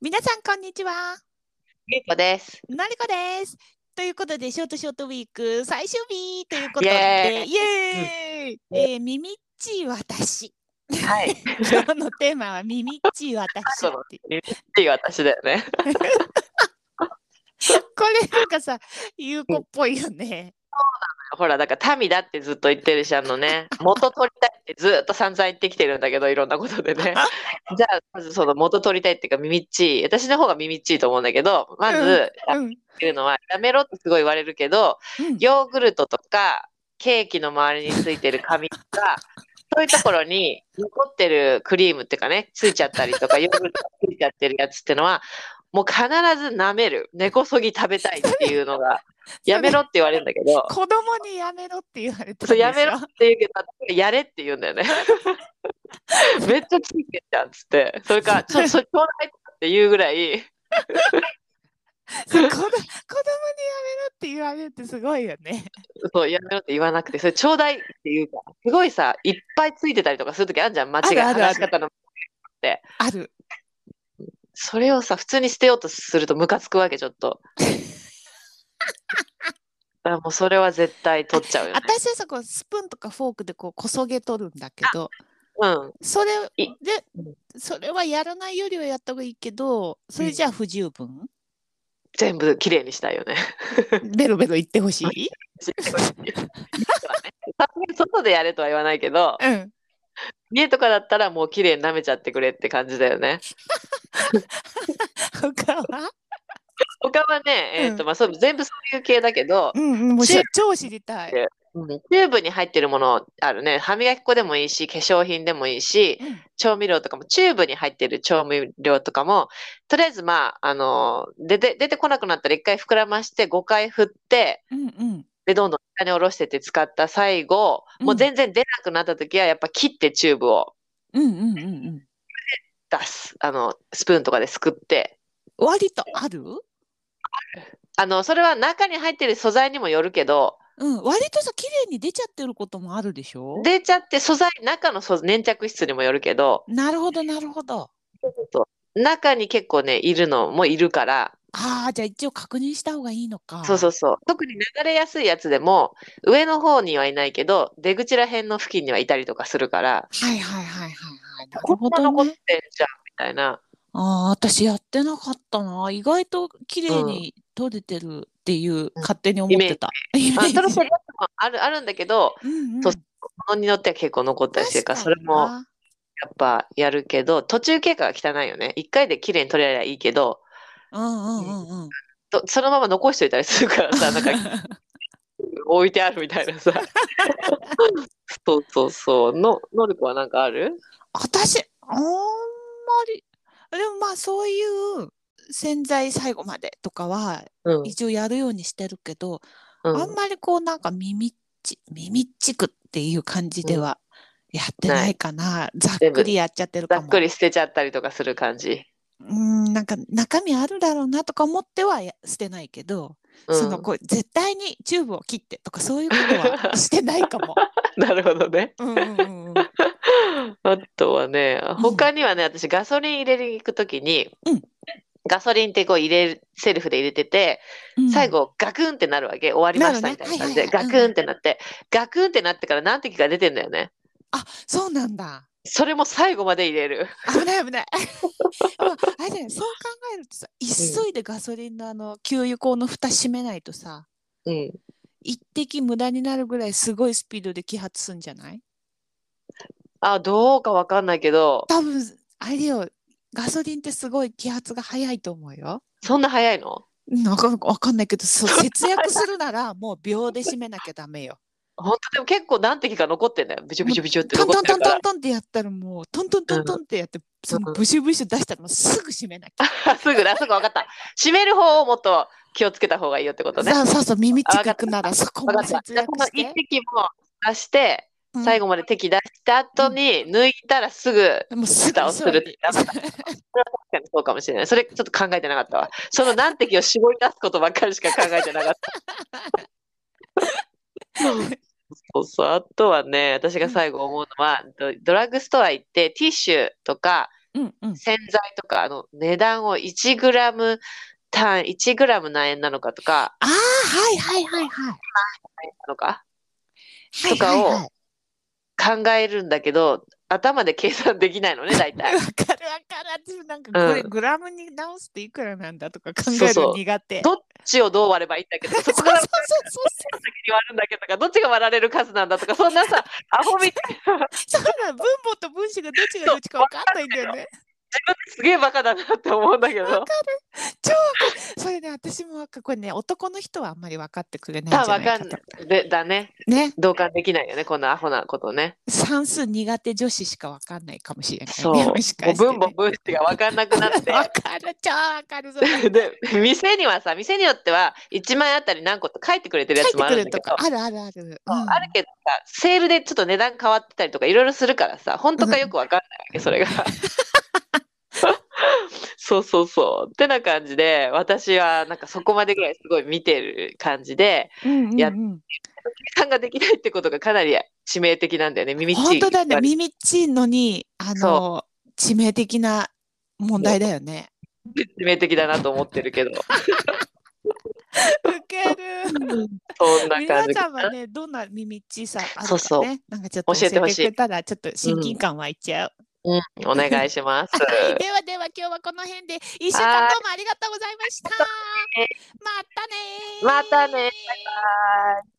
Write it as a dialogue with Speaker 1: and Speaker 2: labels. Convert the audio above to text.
Speaker 1: 皆さん、こんにちは。
Speaker 2: ゆうこです。
Speaker 1: のりこです。ということで、ショートショートウィーク最終日ということで、イエ
Speaker 2: イエ
Speaker 1: ーイえー耳っち私。
Speaker 2: はい。
Speaker 1: 今日のテーマは耳っち私っていう。
Speaker 2: っていう私だよね。
Speaker 1: これなんかさ、ゆうこっぽいよね。
Speaker 2: ほら、だから民だってずっと言ってるし、あのね、元取りたいってずっと散々言ってきてるんだけど、いろんなことでね。じゃあ、まずその元取りたいっていうか、耳っちい。私の方が耳っちいと思うんだけど、まず、
Speaker 1: う
Speaker 2: っ
Speaker 1: ん。
Speaker 2: ていうのは、やめろってすごい言われるけど、
Speaker 1: うん
Speaker 2: ヨーグルトとか、ケーキの周りについてる紙と か、そういうところに残ってるクリームっていうかね、ついちゃったりとか、ヨーグルトがついちゃってるやつってのは、もう必ず舐める。根こそぎ食べたいっていう のが、やめろって言われるんだけど、
Speaker 1: 子供にやめろって言われて
Speaker 2: そうやめろって言うけど、私はやれって言うん だよね。めっちゃついてんじゃんっつって、それか ら、ちょ、それちょうだいって言うぐらい、
Speaker 1: そう子ど子供にやめろって言われるってすごいよね。
Speaker 2: そう、やめろって言わなくて、それちょうだいって言うから、すごいさ、いっぱいついてたりとかするときあるじゃん、間
Speaker 1: あ
Speaker 2: 違い、
Speaker 1: るあるある
Speaker 2: 話し方の。
Speaker 1: ある。
Speaker 2: それをさ、普通に捨てようとするとムカつくわけ、ちょっと。 だからもうそれは絶対取っちゃうよね。
Speaker 1: 私はさ、こうスプーンとかフォークでこうこそげ取るんだけど、
Speaker 2: うん。
Speaker 1: それ
Speaker 2: い
Speaker 1: で、それはやらないよりはやった方がいいけど、それじゃあ不十分、
Speaker 2: 全部きれいにしたいよね。
Speaker 1: ベロベロ言ってほしい
Speaker 2: そうねさすがに 外でやれとは言わないけど、
Speaker 1: うん。
Speaker 2: 家とかだったらもうきれいに舐めちゃってくれって感じだよね。
Speaker 1: 他は
Speaker 2: 他はね、えーと
Speaker 1: う
Speaker 2: まあ、そう全部そういう系だけど、
Speaker 1: うんうん、もう
Speaker 2: チュー
Speaker 1: 超知りたい。
Speaker 2: うんチューブに入ってるものあるね。歯磨き粉でもいいし、化粧品でもいいし、
Speaker 1: うん
Speaker 2: 調味料とかも、チューブに入ってる調味料とかも、とりあえずまあ、あの、出て、出てこなくなったら一回膨らまして、5回振って、
Speaker 1: うんうん。
Speaker 2: で、どんどん下に下ろしてって使った最後、もう全然出なくなった時は、やっぱ切ってチューブを
Speaker 1: うんうんうんうん。
Speaker 2: 出す。あの、スプーンとかですくって。
Speaker 1: 割とある
Speaker 2: あの、それは中に入ってる素材にもよるけど、
Speaker 1: うん、割とさ、綺麗に出ちゃってることもあるでしょ
Speaker 2: 出ちゃって素材、中の素粘着質にもよるけど、
Speaker 1: なるほど、なるほど。
Speaker 2: 中に結構ね、いるのもいるから、
Speaker 1: ああ、じゃあ一応確認した方がいいのか。
Speaker 2: そうそうそう。特に流れやすいやつでも、上の方にはいないけど、出口ら辺の付近にはいたりとかするから、
Speaker 1: はいはいはいはいはい。な
Speaker 2: こ
Speaker 1: る
Speaker 2: ん
Speaker 1: ほ
Speaker 2: な残
Speaker 1: ど、
Speaker 2: って
Speaker 1: ね
Speaker 2: ん。じゃん、みたい な。
Speaker 1: ああ、私やってなかったな。意外と綺麗に取れてるっていう、勝手に思ってた。イメ
Speaker 2: あ、
Speaker 1: ージ
Speaker 2: それそれやつもある、あるんだけど、
Speaker 1: うんうん
Speaker 2: そうものによっては結構残ったりするから、それもや
Speaker 1: 確か
Speaker 2: っぱやるけど、途中経過が汚いよね。一回で綺麗に取れればいいけど、
Speaker 1: になうんうんうんうん。
Speaker 2: とそのまま残しといたりするから さ、なんか置いてあるみたいなさ。そうそうそう。の、のりこはなんかある
Speaker 1: 私、あんまり、でもまあそういう洗剤最後までとかは
Speaker 2: うん。
Speaker 1: 一応やるようにしてるけど、
Speaker 2: うん
Speaker 1: あんまりこうなんか耳っち、耳っちくっていう感じではやってないかな。ざっ
Speaker 2: 全部
Speaker 1: くりやっちゃってる
Speaker 2: ざ
Speaker 1: か
Speaker 2: っ
Speaker 1: も。
Speaker 2: くり捨てちゃったりとかする感じ。
Speaker 1: うん、なんか中身あるだろうなとか思ってはや捨てないけど、
Speaker 2: うん
Speaker 1: そのこう絶対にチューブを切ってとかそういうことはしてないか も。
Speaker 2: なるほどね。
Speaker 1: うんうんうんうん。
Speaker 2: あとはね、他にはね、私ガソリン入れに行くときに、
Speaker 1: うん
Speaker 2: ガソリンってこう入れる、セルフで入れてて、
Speaker 1: うん
Speaker 2: 最後ガクンってなるわけ、終わりましたみたいな感じ
Speaker 1: な
Speaker 2: で、
Speaker 1: るねはいはいはい
Speaker 2: ガクンってなって、ガクンってなってから何滴か出てんだよね。
Speaker 1: あ、そうなんだ。
Speaker 2: それも最後まで入れる。
Speaker 1: 危ない危ない。 まああれだよねそう考えるとさ、急いでガソリンのあの給油口の蓋閉めないとさ、
Speaker 2: うん。
Speaker 1: 一滴無駄になるぐらいすごいスピードで揮発すんじゃない
Speaker 2: あ、どうかわかんないけど、
Speaker 1: 多分あれよガソリンってすごい揮発が早いと思うよ。
Speaker 2: そんな早いの
Speaker 1: なんかわかんないけどそう節約するならもう秒で締めなきゃダメ よ。
Speaker 2: 本当でも結構何滴か残ってんだよ。びちょびちょびちょって
Speaker 1: トン
Speaker 2: 残
Speaker 1: トン
Speaker 2: って
Speaker 1: ト
Speaker 2: る
Speaker 1: ントン。
Speaker 2: から
Speaker 1: トンってやったらもうトントントントンってやってそのブシュブシュ出したらもうすぐ締めなきゃ。
Speaker 2: すぐだ、そこわかった。閉める方をもっと気をつけた方がいいよってことね。
Speaker 1: そうそうそう耳
Speaker 2: あわ
Speaker 1: 近
Speaker 2: かった
Speaker 1: くならそこ
Speaker 2: わ
Speaker 1: も
Speaker 2: かった。
Speaker 1: 節
Speaker 2: じゃあこ
Speaker 1: 約
Speaker 2: の
Speaker 1: して
Speaker 2: 一。滴も出して、
Speaker 1: うん
Speaker 2: 最後まで滴出した後に抜いたらすぐ、
Speaker 1: もうすぐ
Speaker 2: 蓋をする
Speaker 1: 急いで
Speaker 2: やっ確かにそうかもしれない。それちょっと考えてなかったわ。その何滴を絞り出すことばっかりしか考えてなかった。そうそう。あとはね、私が最後思うのは、ドドラッグストア行ってティッシュとか
Speaker 1: うんうん。
Speaker 2: 洗剤とか、あの、値段を1グラム単、1グラム何円なのかとか、
Speaker 1: ああ、はいはいはいはい。
Speaker 2: 何円なのか
Speaker 1: はいはいはい
Speaker 2: とかを考えるんだけど、頭で計算できないのね、大体
Speaker 1: わ。かるわかる。私もなんかこれ、
Speaker 2: う
Speaker 1: グラムに直すっていくらなんだとか考
Speaker 2: そう
Speaker 1: える
Speaker 2: そ
Speaker 1: の
Speaker 2: う
Speaker 1: 苦手。
Speaker 2: どっちをどう割ればいいんだ けど、そ
Speaker 1: そうそ
Speaker 2: こ
Speaker 1: う
Speaker 2: か
Speaker 1: そう
Speaker 2: ら
Speaker 1: そう
Speaker 2: 先に割るんだけどとか、どっちが割られる数なんだとか、そんなさ、アホみたいな、
Speaker 1: そ
Speaker 2: 自
Speaker 1: う。そうなの分母と分子がどっちがどっちかわかんないんだよね。
Speaker 2: 分ですげえバカだなって思うんだけど、
Speaker 1: 超わかるそれね、私もわかこれね、男の人はあんまり分かってくれないん
Speaker 2: た
Speaker 1: じゃ
Speaker 2: わ
Speaker 1: ない
Speaker 2: か
Speaker 1: か
Speaker 2: ん
Speaker 1: と
Speaker 2: な。い。で、だね。
Speaker 1: ね、
Speaker 2: 同感できないよね、こんなアホなことね。
Speaker 1: 算数苦手女子しかわかんないかもしれない、ね。
Speaker 2: そう。
Speaker 1: もしか
Speaker 2: もう
Speaker 1: してね
Speaker 2: 分母分子が分かんなくなっ
Speaker 1: わ
Speaker 2: て。
Speaker 1: かる、超わかる。それ
Speaker 2: で、店にはさ、店によっては1万円あたり何個と書いてくれてるや
Speaker 1: 書い
Speaker 2: つ
Speaker 1: て
Speaker 2: もあ
Speaker 1: く
Speaker 2: る
Speaker 1: れ
Speaker 2: ん
Speaker 1: る
Speaker 2: だ
Speaker 1: と
Speaker 2: けど
Speaker 1: か。、あるあるある。うん
Speaker 2: あるけどさ、セールでちょっと値段変わってたりとかいろいろするからさ、本当かよくわかんないわけ、そ れが。そうそうそう。ってな感じで、私はなんかそこまでぐらいすごい見てる感じで、
Speaker 1: うんうん
Speaker 2: やっ
Speaker 1: うん
Speaker 2: 計算ができないってことがかなり致命的なんだよね、耳っちい
Speaker 1: 本当だね、
Speaker 2: やっぱり
Speaker 1: 耳っちいのに、あの、致命的な問題だよ ね。
Speaker 2: 致命的だなと思ってるけど。
Speaker 1: ウケる。
Speaker 2: そんな感
Speaker 1: 皆
Speaker 2: じ
Speaker 1: さ
Speaker 2: か
Speaker 1: ん
Speaker 2: な
Speaker 1: はね、どんな耳っちいさあるかね
Speaker 2: そうそう
Speaker 1: なんかちょっと
Speaker 2: 教
Speaker 1: 教
Speaker 2: え
Speaker 1: え
Speaker 2: て
Speaker 1: て
Speaker 2: ほ
Speaker 1: く
Speaker 2: しい
Speaker 1: れたら、ちょっと親近感湧いちゃう。
Speaker 2: うん、お願いします。
Speaker 1: はい、ではでは今日はこの辺で、一週間
Speaker 2: はい
Speaker 1: どうもありがとうございました。またねー
Speaker 2: またねバイバイ